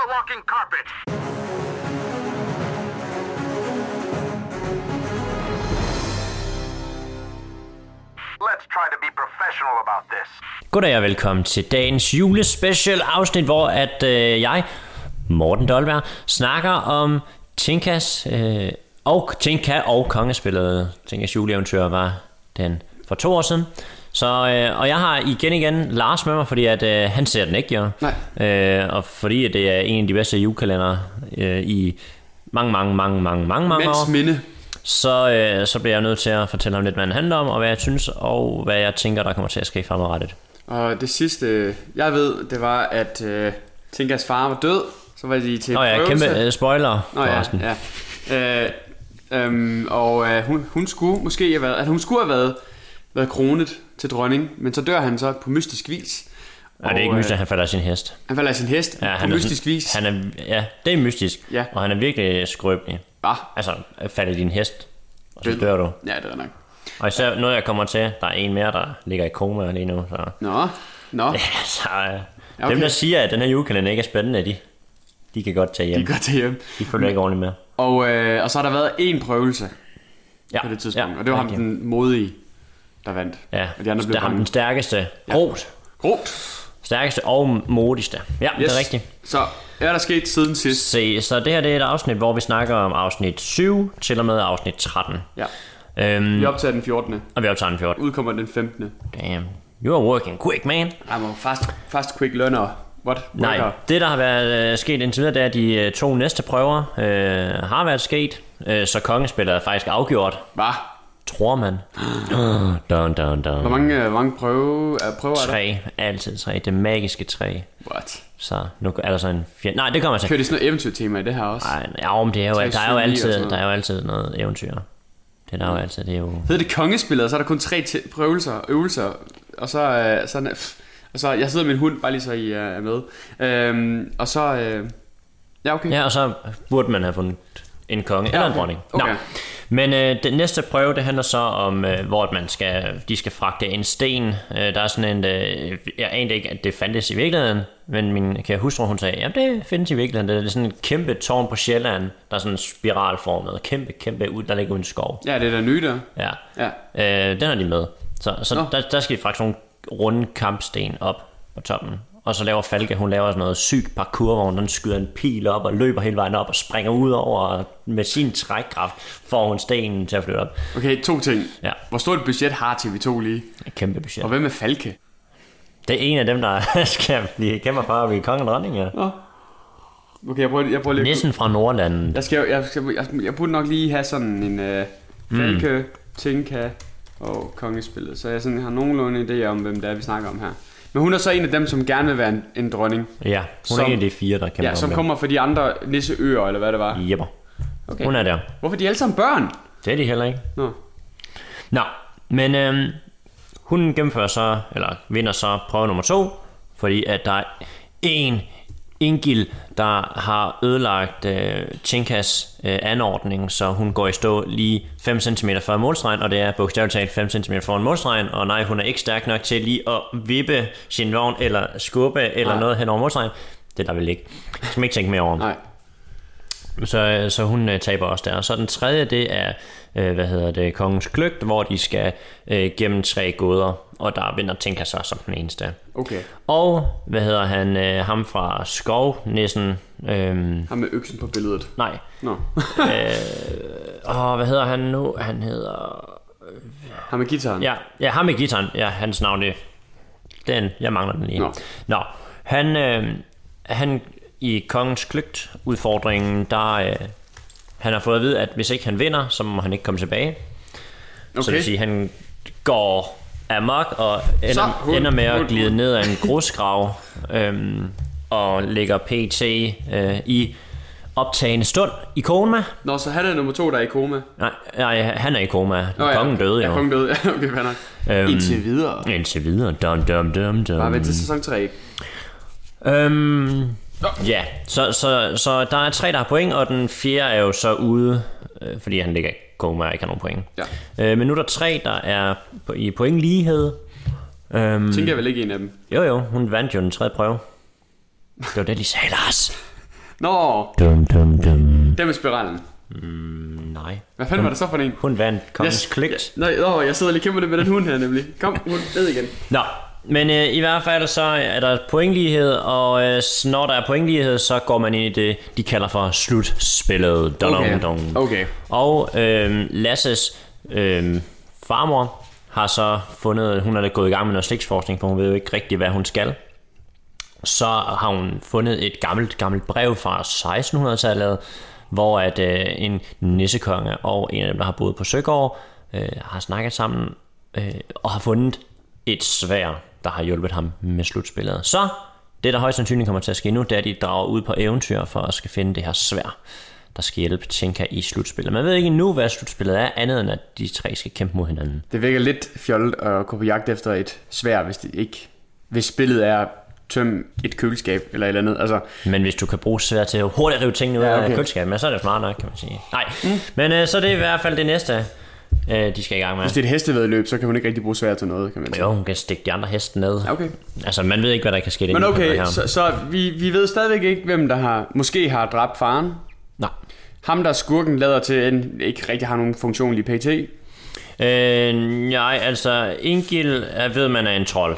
a walking carpet. Let's try to be professional about this. Goddag og velkommen til dagens julespecial afsnit, hvor at øh, jeg, Morten Dolberg, snakker om Tinkas, øh, og Tinka og kongespillet. Tinkas juleeventyr var den for to år siden. Så, øh, og jeg har igen igen Lars med mig, fordi at, øh, han ser den ikke, jo. Nej. Øh, og fordi at det er en af de bedste julekalender øh, i mange, mange, mange, mange, mange, mange år Mands minde. så, øh, så bliver jeg nødt til at fortælle ham lidt, hvad den handler om, og hvad jeg synes, og hvad jeg tænker, der kommer til at ske fremadrettet. Og det sidste, øh, jeg ved, det var, at øh, Tinkas far var død. Så var de til Nå ja, prøvelse. kæmpe øh, spoiler Nå ja, forresten. ja. Øh, øhm, og øh, hun, hun skulle måske have været, altså, hun skulle have været, været kronet til dronning, men så dør han så på mystisk vis. Nej, det er ikke Og, øh, mystisk, at han falder af sin hest. Han falder af sin hest Ja, ja, på han er mystisk sådan- vis. Han... Han er, ja, det er mystisk, Ja. og han er virkelig skrøbelig. Bah, Altså, falder din hest, og så Død. dør du. ja, det er nok. Og især noget, jeg kommer til, der er en mere, der ligger i koma lige nu. Så, Nå, nå, det så øh, okay. okay. dem, der siger, at den her julekalender ikke er spændende, de, de kan godt tage hjem. er godt til hjem. De følger ikke ordentligt med. Og, øh, og så har der været én prøvelse Ja, på det tidspunkt, ja, og det var ham rigtig. den modige, der vandt. Ja, Og de andre der blev er ham bange. den stærkeste. Ja. Rot. Rot. Stærkeste og modigste. Ja, yes. det er rigtigt. Så hvad er der sket siden sidst? Se, så det her det er et afsnit, hvor vi snakker om afsnit 7 til og med afsnit 13. Ja, Øhm, vi yep. optager den 14. Og vi optager den 14. Udkommer den 15. Damn. You are working quick, man. I'm fast, fast quick learner. What? Nej, Worker. det der har været øh, sket indtil videre, det er, at de øh, to næste prøver øh, har været sket. Øh, så kongespillet er faktisk afgjort, Hvad? tror man. dun, dun, Hvor dun. mange, øh, hvor mange prøve, er, prøver er der? Tre, altid tre. Det magiske træ. What? Så nu er der så en fjerde. Nej, det kommer så. Kører de sådan noget eventyrtema i det her også? Nej, ja, men det er jo, Tre, der, er syv, jo ni og sådan altid, noget. der er jo altid noget eventyr. Det er der jo altid, det er jo... Hedder det kongespillet, og så er der kun tre ti- prøvelser, øvelser, og så, øh, sådan, pff, og så, jeg sidder med en hund, bare lige så I øh, er med. Øhm, og så, øh, ja okay. Ja, og så burde man have fundet en konge ja, eller en okay. dronning. Okay. Nå. Men øh, den næste prøve, det handler så om, øh, hvor at man skal, de skal fragte en sten. Øh, der er sådan en, øh, jeg anede ikke, at det fandtes i virkeligheden, men min kære hustru, hun sagde, jamen det findes i virkeligheden. Det er sådan et kæmpe tårn på Sjælland, der er sådan spiralformet, kæmpe, kæmpe, ud, der ligger uden skov. Ja, det er der nye der. Ja. Ja. Øh, den er de med. Så, så Nå. der, der skal de fragte sådan nogle runde kampsten op på toppen. Og så laver Falke, hun laver sådan noget syg parkour, hvor hun sådan skyder en pil op og løber hele vejen op og springer ud over, og med sin trækkraft får hun stenen til at flytte op. Okay, to ting. Ja. Hvor stort et budget har TV2 lige? Et kæmpe budget. Og hvem er Falke? Det er en af dem, der skal blive kæmper for at blive konge og dronning. Ja. Okay, jeg prøver, jeg prøver lige at- Nissen fra Nordlandet. Jeg skal, jo- jeg, skal, jeg, jeg burde nok lige have sådan en øh, Mm. Falke, Tinka og Kongespillet, så jeg sådan har nogenlunde en idé om, hvem det er, vi snakker om her. Men hun er så en af dem, som gerne vil være en, en dronning. Ja, hun er Som- en af de fire, der kæmper Ja, som om kommer fra de andre nisseøer, eller hvad det var. det. Jepper. Okay. Mm. Hun er der. Hvorfor er de alle sammen børn? Det er de heller ikke. Nå. Nå, men øhm, hun gennemfører så, eller vinder så prøve nummer to, fordi at der er en Ingil, der har ødelagt øh, Tinkas øh, anordning, så hun går i stå lige 5 cm før målstregen, og det er bogstaveligt talt 5 cm foran målstregen, og nej, hun er ikke stærk nok til lige at vippe sin vogn, eller skubbe, eller Nej. noget hen over målstregen. Det er der vel ikke. Det skal man ikke tænke mere over. Nej. Så, så hun øh, taber også der. Og så den tredje, det er, øh, hvad hedder det, kongens kløgt, hvor de skal øh, gennem tre gåder, og der vinder Tinka så som den eneste. Okay. Og, hvad hedder han, øh, ham fra Skov, næsten, øhm, Ham med øksen på billedet. nej, Nå. og hvad hedder han nu? Han hedder, Ham med gitaren. ja, ja ham med gitaren, ja, hans navn, det, den, jeg mangler den lige. Nå. Nå. Han, øh, han i kongens kløgt udfordringen, der, øh, han har fået at vide, at hvis ikke han vinder, så må han ikke komme tilbage. Så det vil sige, Okay. han går amok og ender, Så, hul, ender med hul, at glide hul. ned ad en grusgrav øhm, og ligger pt. Øh, i optagende stund i koma. Nå, så han er nummer to, der er i koma. Nej, nej, han er i koma. Nå, ja. kongen døde Ja, jo. kongen døde. okay, fair nok. Øhm, Indtil videre. Indtil videre. Dum, dum, dum, dum. Bare vent til sæson 3. Øhm, ja, så, så, så der er tre, der har point, og den fjerde er jo så ude, øh, fordi han ligger i koma og ikke har nogen point. Ja. Øh, men nu er der tre, der er på, i pointlighed. Øhm, Tænker jeg vel ikke en af dem. jo jo, hun vandt jo den tredje prøve. Det var det, de sagde, Lars. Nå, Dum, dum, dum. det med spiralen. Nej. Hvad fanden var det så for en? Hun vandt kongens yes. kligt. Nå, nå, jeg sidder lige og kæmper lidt med den hund her nemlig. Kom, hun ned igen. Nå, men øh, i hvert fald så er der pointlighed, og øh, s- når der er pointlighed, så går man ind i det, de kalder for slutspillet. Dun, Okay. dun, dun. Okay. Og øh, Lasses øh, farmor har så fundet, hun er da gået i gang med noget slægtsforskning, for hun ved jo ikke rigtig, hvad hun skal. Så har hun fundet et gammelt, gammelt brev fra 1600-tallet, hvor at øh, en nissekonge og en af dem, der har boet på Søgaard, øh, har snakket sammen øh, og har fundet et svær, der har hjulpet ham med slutspillet. Så det, der højst sandsynligt kommer til at ske nu, det er, at de drager ud på eventyr for at skal finde det her svær, der skal hjælpe Tinka i slutspillet. Man ved ikke endnu, hvad slutspillet er, andet end at de tre skal kæmpe mod hinanden. Det virker lidt fjollet at gå på jagt efter et svær, hvis det ikke... Hvis spillet er tøm et køleskab eller et eller andet. Altså, Men hvis du kan bruge svær til at hurtigt rive tingene ud Ja, ja, okay. okay. af køleskabet, men så er det smart nok, kan man sige. Nej, mm. men øh, så er det i hvert fald det næste, øh, de skal i gang med. hvis det er et hestevedløb, så kan hun ikke rigtig bruge svær til noget, kan man sige. Jo, hun kan stikke de andre heste ned. Ja, Okay. Altså, man ved ikke, hvad der kan ske. Men inden for det okay, her. så, så vi, vi ved stadigvæk ikke, hvem der har måske har dræbt faren. Nej. Ham, der er skurken, lader til, at han ikke rigtig har nogen funktion i PT. Øh, nej, altså, Ingil er ved, man er en trold.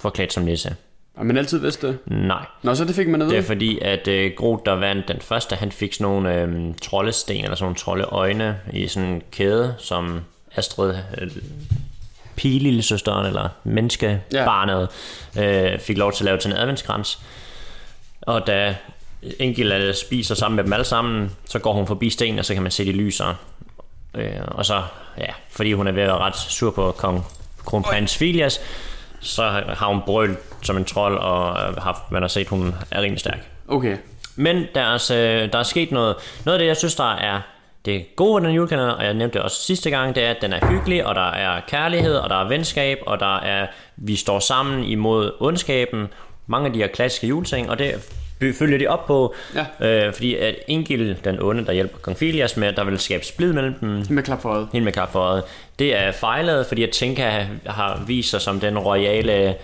Forklædt som nisse. Og man altid vidste det. Nej. Nå, så det fik man at Det er vide. fordi, at øh, Groth, der vandt den første, han fik sådan nogle øh, troldesten, eller sådan nogle troldeøjne i sådan en kæde, som Astrid, øh, pigelillesøsteren, eller menneskebarnet, ja. øh, fik lov til at lave til en adventskrans. Og da enkelte spiser sammen med dem alle sammen, så går hun forbi stenen, og så kan man se, de lyser. Øh, og så, ja, fordi hun er ved at være ret sur på kong kronprins Filias, så har hun brølt som en trold, og øh, har, man har set, hun er rimelig stærk. Okay. Men deres, øh, der er sket noget. Noget af det, jeg synes, der er det gode ved den julekalender, og jeg nævnte det også sidste gang, det er, at den er hyggelig, og der er kærlighed, og der er venskab, og der er, vi står sammen imod ondskaben. Mange af de her klassiske juleting, og det by- følger de op på, Ja. øh, fordi at Ingil, den onde, der hjælper Kong Filias med, at der vil skabe splid mellem dem, Med klap for øjet. Helt med kaffe for øjet. Det er fejlet, fordi jeg tænker, har vist sig som den royale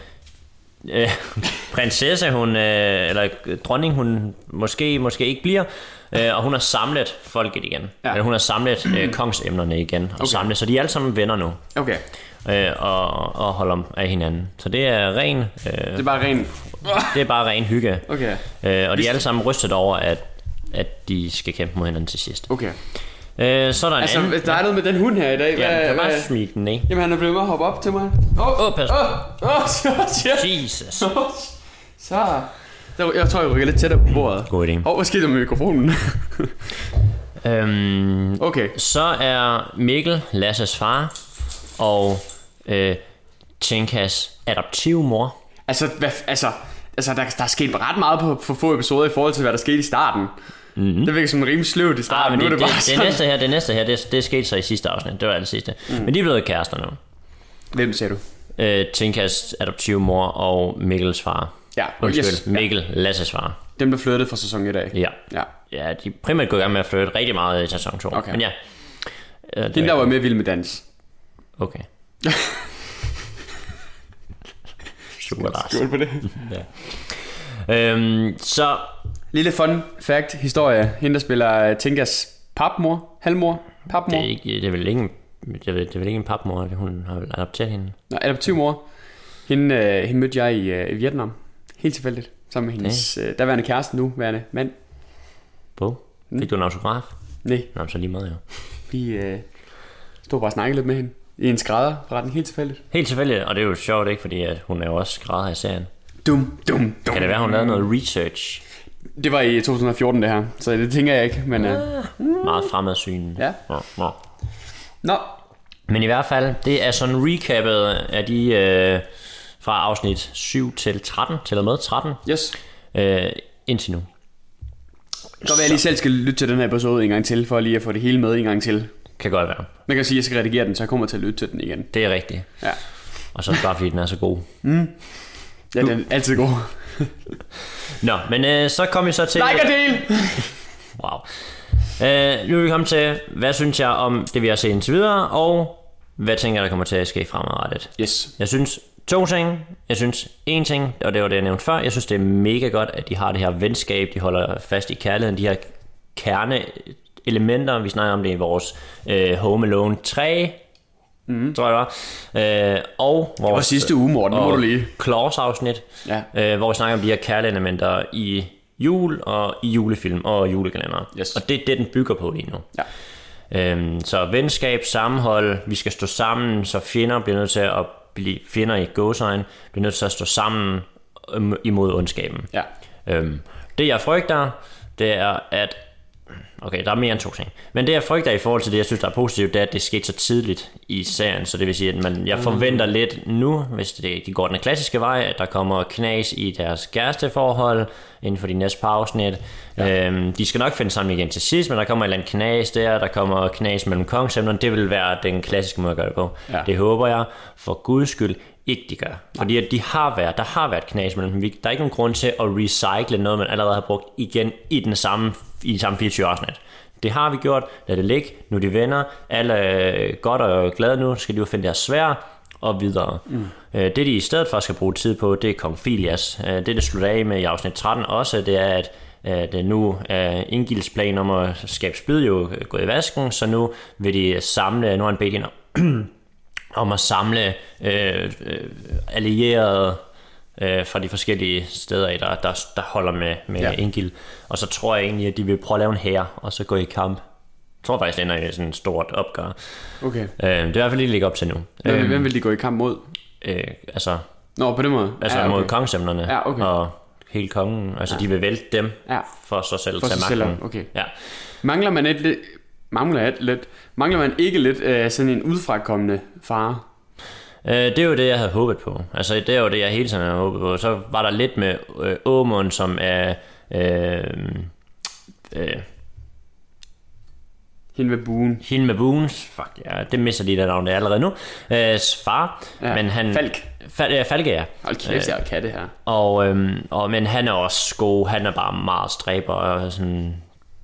øh, prinsesse, hun, øh, eller dronning, hun måske, måske ikke bliver. Øh, og hun har samlet folket igen. Ja. Mm. Ja. Eller hun har samlet øh, kongsemnerne igen. Og okay. samlet, så de er alle sammen venner nu. Okay. Øh, og, og holder om af hinanden. Så det er ren, øh, Det er bare ren... det er bare ren hygge. Okay. Øh, og de er alle sammen rystet over, at, at de skal kæmpe mod hinanden til sidst. Okay. Øh, så er der en Altså, anden. der er noget med den hund her i dag. Hvad, Ja, ja, kan bare hvad? smide den, ikke? Jamen, han er blevet ved at hoppe op til mig. Åh, oh, Åh, pas. Åh, åh, så shit. Jesus. Så. Der- Jeg tror, jeg rykker lidt tættere på bordet. God idé. Åh, oh, hvad skete der med mikrofonen? Øhm, okay. så er Mikkel Lasses far og øh, Tinkas adoptivmor. Altså, hvad, f- altså, altså der, der er sket ret meget på, på få episoder i forhold til, hvad der skete i starten. Mm-hmm. Det virker som rimelig sløvt i starten. Mhm. Ah, men nu det, det, er det bare det, det, sådan. næste her, det næste her, det, det skete så i sidste afsnit. Det var det sidste. Mm. Men de er blevet kærester nu. Hvem sagde du? Øh, Tinkas adoptivmor og Mikkels far. Ja, Undskyld, yes, yes. ja. Mikkel Lasses far. Dem, der flyttede fra sæson i dag. Ja. ja. Ja, de er primært gået i gang med at flytte rigtig meget i sæson 2. Okay. Men ja. Øh, det Den, der er- var med i Vild med Dans. Okay. Super Lars. Skål på det. Øhm, så Lille fun fact, historie. Hende, der spiller øh, Tinkas papmor, halvmor, papmor, Det er, ikke, det er vel ikke en, det er, vel- det er vel ikke en papmor, det hun har vel adopteret hende. Nå, adoptivmor. Hende, øh, hende mødte jeg i, øh, i Vietnam. Helt tilfældigt. Sammen med hendes øh, daværende kæreste nu, værende mand. På. Mm. Fik du en autograf? Nej, Nå, men så lige meget jo. vi øh, stod bare og snakkede lidt med hende. I en skrædder forretning, helt tilfældigt. Helt tilfældigt, og det er jo sjovt ikke, fordi at hun er jo også skrædder i serien. Dum, dum, dum. Kan det være, hun lavede noget research? Det var i 2014 det her, så det tænker jeg ikke, men... Ah. Øh, Meget fremadsyn. Ja. Nå, nå. nå, Men i hvert fald, det er sådan recappet af de øh, fra afsnit 7 til 13, til og med 13, yes. øh, indtil nu. Det kan være, jeg lige selv skal lytte til den her episode en gang til, for lige at få det hele med en gang til. Kan godt være. Man kan sige, at jeg skal redigere den, så jeg kommer til at lytte til den igen. Det er rigtigt. Ja, Og så er det bare, fordi den er så god. ja den er altid god. Nå, men øh, så kom vi så til... Like og del! Wow. Øh, nu er vi kommet til, hvad synes jeg om det, vi har set indtil videre, og hvad tænker jeg, der kommer til at ske fremadrettet? Yes. Jeg synes, to ting. Jeg synes en ting, og det var det, jeg nævnte før. Jeg synes, det er mega godt, at de har det her venskab. De holder fast i kærligheden. De her kerne elementer. Vi snakker om det i vores øh, Home Alone 3, mm. tror jeg det var. Øh, og vores, det Mhm. var sidste uge, Morten. Nu må du lige. Claus-afsnit, Ja. øh, hvor vi snakker om de her kærlighedelementer i jul og i julefilm og julekalender. Yes. Og det er det, den bygger på lige nu. Ja. Øhm, så venskab, sammenhold, vi skal stå sammen, så fjender bliver nødt til at blive fjender i gåsøjne, bliver nødt til at stå sammen øhm, imod ondskaben. Ja. Øhm, det jeg frygter, det er at... Okay, der er mere end to ting. Men det jeg frygter i forhold til det, jeg synes, der er positivt, det er, at det skete så tidligt i serien. Så det vil sige, at man, jeg forventer lidt nu, hvis det, de går den klassiske vej, at der kommer knas i deres kæresteforhold inden for de næste par afsnit. Ja. Øhm, de skal nok finde sammen igen til sidst, men der kommer et eller andet knas der, der kommer knas mellem kongsemnerne. Det vil være den klassiske måde at gøre det på. Ja. Det håber jeg for guds skyld ikke de gør. Fordi at de har været, der har været knas mellem dem. Vi- Der er ikke nogen grund til at recycle noget, man allerede har brugt igen i den samme, i de samme 24 afsnit. Det har vi gjort, lad det ligge, nu er de venner, alle er godt og glade nu, skal de jo finde deres svær og videre. Mm. Det de i stedet for skal bruge tid på, det er Kong Filias. Øh, Det det slutter af med i afsnit 13 også, det er at at øh, nu er Ingilds plan om at skabe splid jo øh, gået i vasken, så nu vil de samle, nu har han bedt hende om- om at samle øh, øh, allierede øh, fra de forskellige steder, i, der, der, der holder med, med Ja. ja. Engil. Og så tror jeg egentlig, at de vil prøve at lave en hær, og så gå i kamp. Jeg tror faktisk, det ender i sådan et stort opgør. Okay. Øh, det er i hvert fald det, de ligger op til nu. Hvem, Øh, hvem vil de gå i kamp mod? øh, altså Nå, på den måde. altså ja, ja, okay. okay. mod kongesemnerne Ja, okay. og hele kongen. Altså, ja. de vil vælte dem Ja. for så selv For tage sig selv, magten. okay. Ja. Mangler man et lidt... Mangler, et lidt, mangler man ikke lidt øh, sådan en udfrakommende fare? Øh, det er jo det, jeg havde håbet på. Altså, det er jo det, jeg hele tiden havde håbet på. Så var der lidt med øh, Åmund, som er... Øh, øh, Hende ved buen. hende med Boons, fuck ja, det misser lige det navn, det er allerede nu, øh, far, Ja, men han... Falk. Fal, ja, Falke, ja. Hold kæft, jeg kan det her. Og, øhm, og, men han er også god, han er bare meget stræber og sådan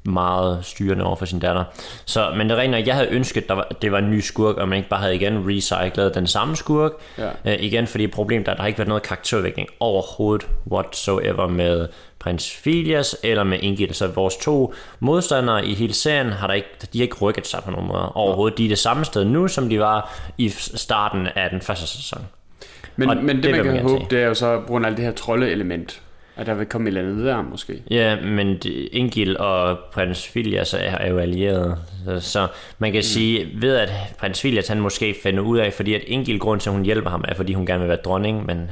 meget styrende over for sin datter. Så, men det er rent, nok, jeg havde ønsket, der var, det var en ny skurk, og man ikke bare havde igen recyclet den samme skurk. Ja. Øh, igen, fordi problemet er, at der har ikke været noget karakterudvikling overhovedet whatsoever med prins Filias eller med Ingrid. Så vores to modstandere i hele serien har der ikke, de har ikke rykket sig på nogen måde overhovedet. De er det samme sted nu, som de var i starten af den første sæson. Men, Og men det, det man vil kan man gerne håbe, se. det er jo så på grund af alt det her trolde-element. At der vil komme et eller andet videre, måske. Ja, men Ingil og prins Filias er, er jo allierede, så, så man kan mm. sige, ved at prins Filias han måske finder ud af, fordi at Ingil grund til, at hun hjælper ham, er fordi hun gerne vil være dronning, men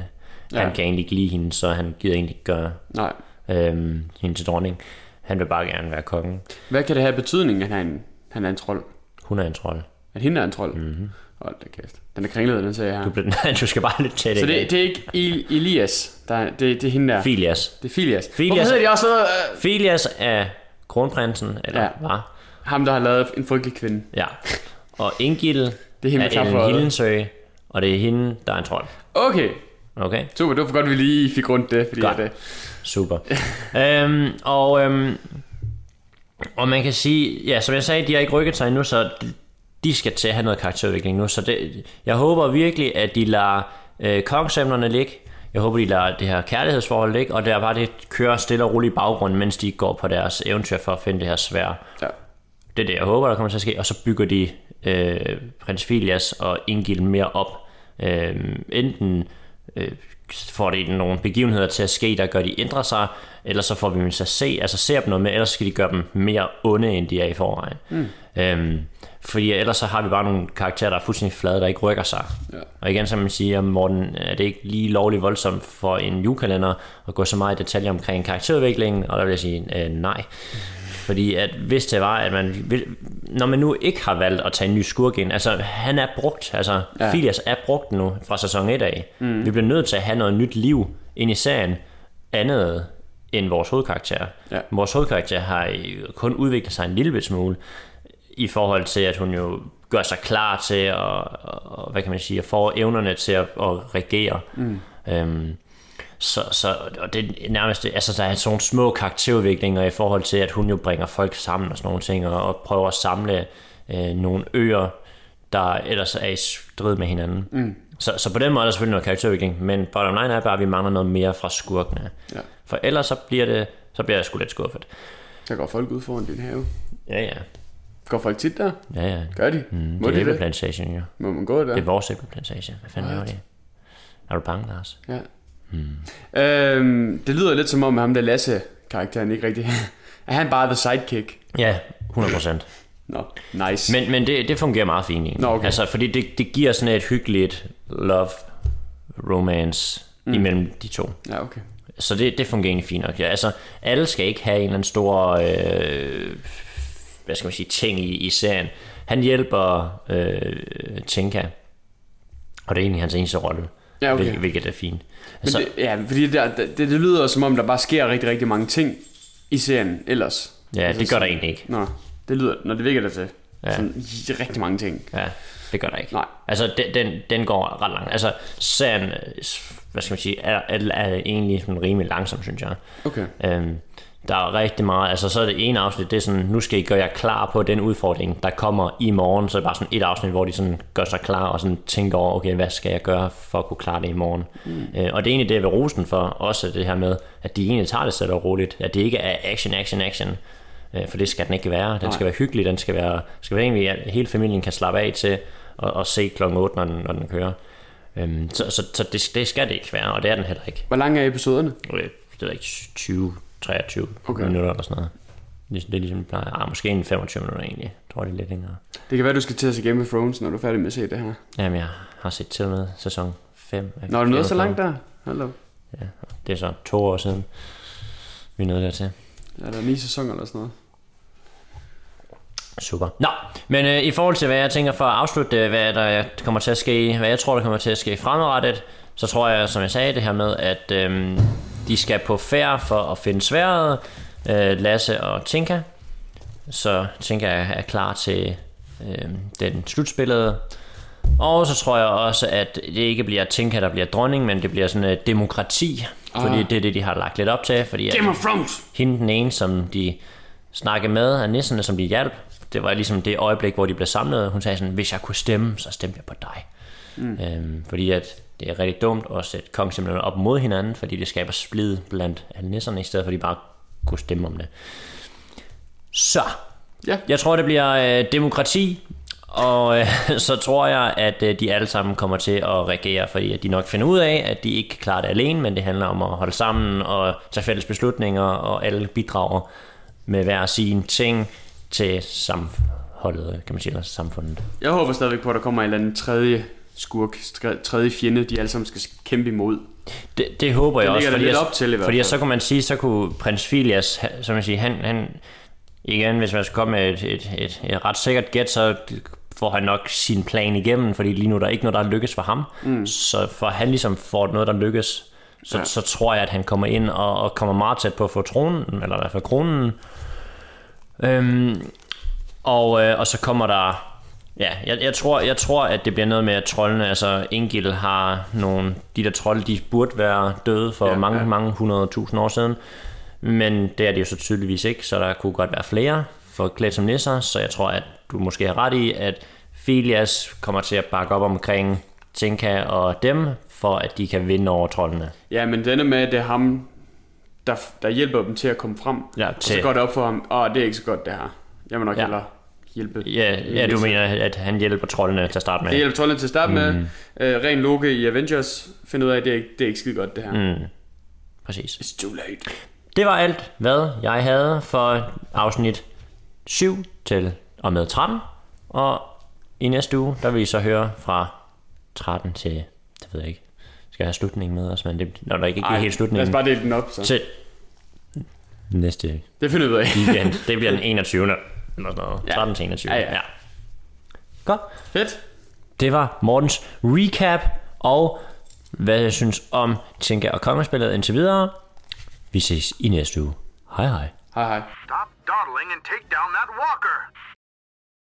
ja. Ja. han kan egentlig ikke lide hende, så han gider egentlig ikke gøre Nej. øhm, hende til dronning. Han vil bare gerne være kongen. Hvad kan det have betydning, at han, han er en trold? Hun er en trold. At hende er en trold? Mm-hmm. Hold da kæft. Den er kringlet, den sagde jeg her. Nej, du skal bare lidt tæt Så ind. det, det er ikke El- Elias, der, er- det, det er hende der. Filias. Det er Filias. Filias- Hvorfor hedder de også noget? Øh, Filias er kronprinsen, eller Ja. ja. var. ham, der har lavet en frygtelig kvinde. Ja. Og Ingil Det er hende, vi er tager for Ellen øjet. Hillensø, og det er hende, der er en trold. Okay. Okay? Super, det var for godt, vi lige fik rundt det. Fordi Godt. at, øh, Super. øhm, og, øhm, og man kan sige, ja, som jeg sagde, de har ikke rykket sig endnu, så de- de skal til at have noget karakterudvikling nu. Så det, jeg håber virkelig, at de lader øh, kongsemnerne ligge. Jeg håber, de lader det her kærlighedsforhold ligge, og der bare det kører stille og roligt i baggrunden, mens de går på deres eventyr for at finde det her svær. ja. Det er det, jeg håber, der kommer til at ske. Og så bygger de øh, prins Filias og Ingil mere op. Øh, enten øh, får de nogle begivenheder til at ske, der gør, de ændrer sig, eller så får vi dem til at se, altså ser dem noget med, ellers skal de gøre dem mere onde, end de er i forvejen. Mm. Øhm, fordi ellers så har vi bare nogle karakterer, der er fuldstændig flade, der ikke rykker sig. Ja. Og igen, som man siger, Morten, er det ikke lige lovligt voldsomt for en julekalender at gå så meget i detaljer omkring karakterudviklingen? Og der vil jeg sige, øh, nej. Fordi at hvis det var, at man... vil- Når man nu ikke har valgt at tage en ny skurk ind, altså han er brugt, altså Ja. ja. Filias er brugt nu fra sæson 1 af. Mm. Vi bliver nødt til at have noget nyt liv ind i serien, andet end vores hovedkarakter. Ja. Vores hovedkarakter har i- kun udviklet sig en lille bit smule i forhold til, at hun jo gør sig klar til at, og, og, hvad kan man sige, at få evnerne til at, at regere. Mm. Øhm, så, så og det er nærmest, altså der er sådan nogle små karakterudviklinger i forhold til, at hun jo bringer folk sammen og sådan nogle ting, og, og prøver at samle øh, nogle øer, der ellers er i strid med hinanden. Mm. Så, så på den måde er der selvfølgelig noget karakterudvikling, men bottom line er bare, at vi mangler noget mere fra skurkene. Ja. For ellers så bliver det, så bliver jeg sgu lidt skuffet. Der går folk ud foran din have. Ja, ja. Går folk tit der? Ja, ja. Gør de? Mm, Må det de er det? æbleplantation, jo. Må man gå der? Det er vores æbleplantation. Hvad fanden laver det? Er du bange, Lars? Ja. Mm. Hmm. Øhm, det lyder lidt som om, at ham der Lasse-karakteren ikke rigtig... er han bare the sidekick? Ja, 100 procent. Nå, no, nice. Men, men det, det fungerer meget fint egentlig. Nå, okay. Altså, fordi det, det giver sådan et hyggeligt love romance mm. imellem de to. Ja, okay. Så det, det fungerer egentlig fint nok. Ja, altså, alle skal ikke have en eller anden stor øh, hvad skal man sige, ting i, i serien. Han hjælper øh, Tinka, og det er egentlig hans eneste rolle, Ja, okay. hvil- hvilket er fint. Men Altså, det, ja, fordi der, det, det lyder som om, der bare sker rigtig, rigtig mange ting i serien ellers. ja, Altså, det gør der sådan- egentlig ikke. Nå, det lyder... Når det virker der til. Ja. Ja. Sådan, i- rigtig mange ting. Ja, det gør der ikke. Nej. Altså, den, den, den går ret langt. Altså, serien, øh, hvad skal man sige, er, er, er egentlig sådan rimelig langsom, synes jeg. Okay. Øhm, der er rigtig meget, altså så er det ene afsnit, det er sådan, nu skal I gøre jer klar på den udfordring, der kommer i morgen, så er det bare sådan et afsnit, hvor de sådan gør sig klar og sådan tænker over, okay, hvad skal jeg gøre for at kunne klare det i morgen? Mm. Øh, og det er egentlig det, jeg vil rose den for, også det her med, at de egentlig tager det sæt og roligt, at det ikke er action, action, action, øh, for det skal den ikke være, den Nej. skal være hyggelig, den skal være, skal være egentlig, at hele familien kan slappe af til og, og se klokken 8, når den, når den kører. Øhm, så så, så det, det skal det ikke være, og det er den heller ikke Hvor lange er episoderne? øh, det ved jeg ikke, 20, 23 okay. Okay. minutter eller sådan noget. Ligesom- Det er ligesom, det plejer. Ah, måske en 25 minutter egentlig. Jeg tror, det er lidt længere. Det kan være, du skal til at se Game of Thrones, når du er færdig med at se det her. Jamen, jeg har set til med sæson 5. af Når du Game nået of så langt Thrones. der? Hold da op. Det er så to år siden, vi nåede dertil. Er der ni sæsoner eller sådan noget? Super. Nå, men øh, i forhold til, hvad jeg tænker for at afslutte, øh, hvad der kommer til at ske, hvad jeg tror, der kommer til at ske fremadrettet, så tror jeg, som jeg sagde, det her med, at øh, de skal på færre for at finde sværet, øh, Lasse og Tinka. Så Tinka er er klar til øh, den slutspillede. Og så tror jeg også, at det ikke bliver Tinka, der bliver dronning, men det bliver sådan et demokrati. Fordi det er det, de har lagt lidt op til. Fordi at, Ah. Game of Thrones! hende den ene, som de snakkede med af nisserne, som de hjalp, det var ligesom det øjeblik, hvor de blev samlet. Hun sagde sådan, hvis jeg kunne stemme, så stemte jeg på dig. Mm. Øhm, fordi at det er rigtig dumt at sætte kongesimlerne op mod hinanden, fordi det skaber splid blandt alle nisserne, i stedet for at de bare kunne stemme om det. Så, Ja. jeg tror, det bliver øh, demokrati, og øh, så tror jeg, at øh, de alle sammen kommer til at reagere, fordi at de nok finder ud af, at de ikke kan klare det alene, men det handler om at holde sammen og tage fælles beslutninger, og alle bidrager med hver sin ting til samholdet, kan man sige, eller samfundet. Jeg håber stadigvæk på, at der kommer en eller anden tredje skurk, stre- tredje fjende, de alle sammen skal kæmpe imod. Det, det håber jeg også, ligger der fordi, lidt jeg- op til i hvert fordi fald. så kunne man sige, så kunne prins Filias, han- som man siger, han, han igen, hvis man skal komme med et, et, et, et ret sikkert gæt, så får han nok sin plan igennem, fordi lige nu er der er ikke noget, der er lykkes for ham. Mm. Så for han ligesom får noget, der lykkes, så, ja. Ja. så tror jeg, at han kommer ind og, og kommer meget tæt på at få tronen, eller i hvert fald kronen. Øhm, og, øh, og så kommer der... Ja, jeg, jeg, tror, jeg tror, at det bliver noget med, at troldene, altså Engil har nogle... De der trolde, de burde være døde for ja, Ja, mange, ja. ja. mange hundredtusind år siden. Men det er de jo så tydeligvis ikke, så der kunne godt være flere for klædt som nisser, så jeg tror, at du måske har ret i, at Filias kommer til at bakke op omkring Tinka og dem, for at de kan vinde over troldene. Ja, men denne med, at det er ham, der, der hjælper dem til at komme frem. Ja, Og til- så går det op for ham, åh, det er ikke så godt det her. Jeg må nok Ja. ja. hellere hjælpe. Ja, ja, du mener, at han hjælper troldene til at starte med. Det hjælper troldene til at starte mm. med. Øh, ren Loke i Avengers finder ud af, at det er ikke, det er ikke skide godt det her. Mm. Præcis. It's too late. Det var alt, hvad jeg havde for afsnit 7 til og med 13. Og i næste uge, der vil I så høre fra 13 til, det ved jeg ikke, skal jeg have slutningen med os, men det, når der ikke er helt lad os slutningen, bare dele den op, så. til næste Det finder vi ud af. weekend. Det bliver den 21. Eller sådan noget. 13 til 21. Ja, ja. Godt. Fedt. Det var Mortens recap, og hvad jeg synes om Tinka og Kongespillet indtil videre. Vi ses i næste uge. Hej hej. Hej hej. Stop dawdling and take down that walker.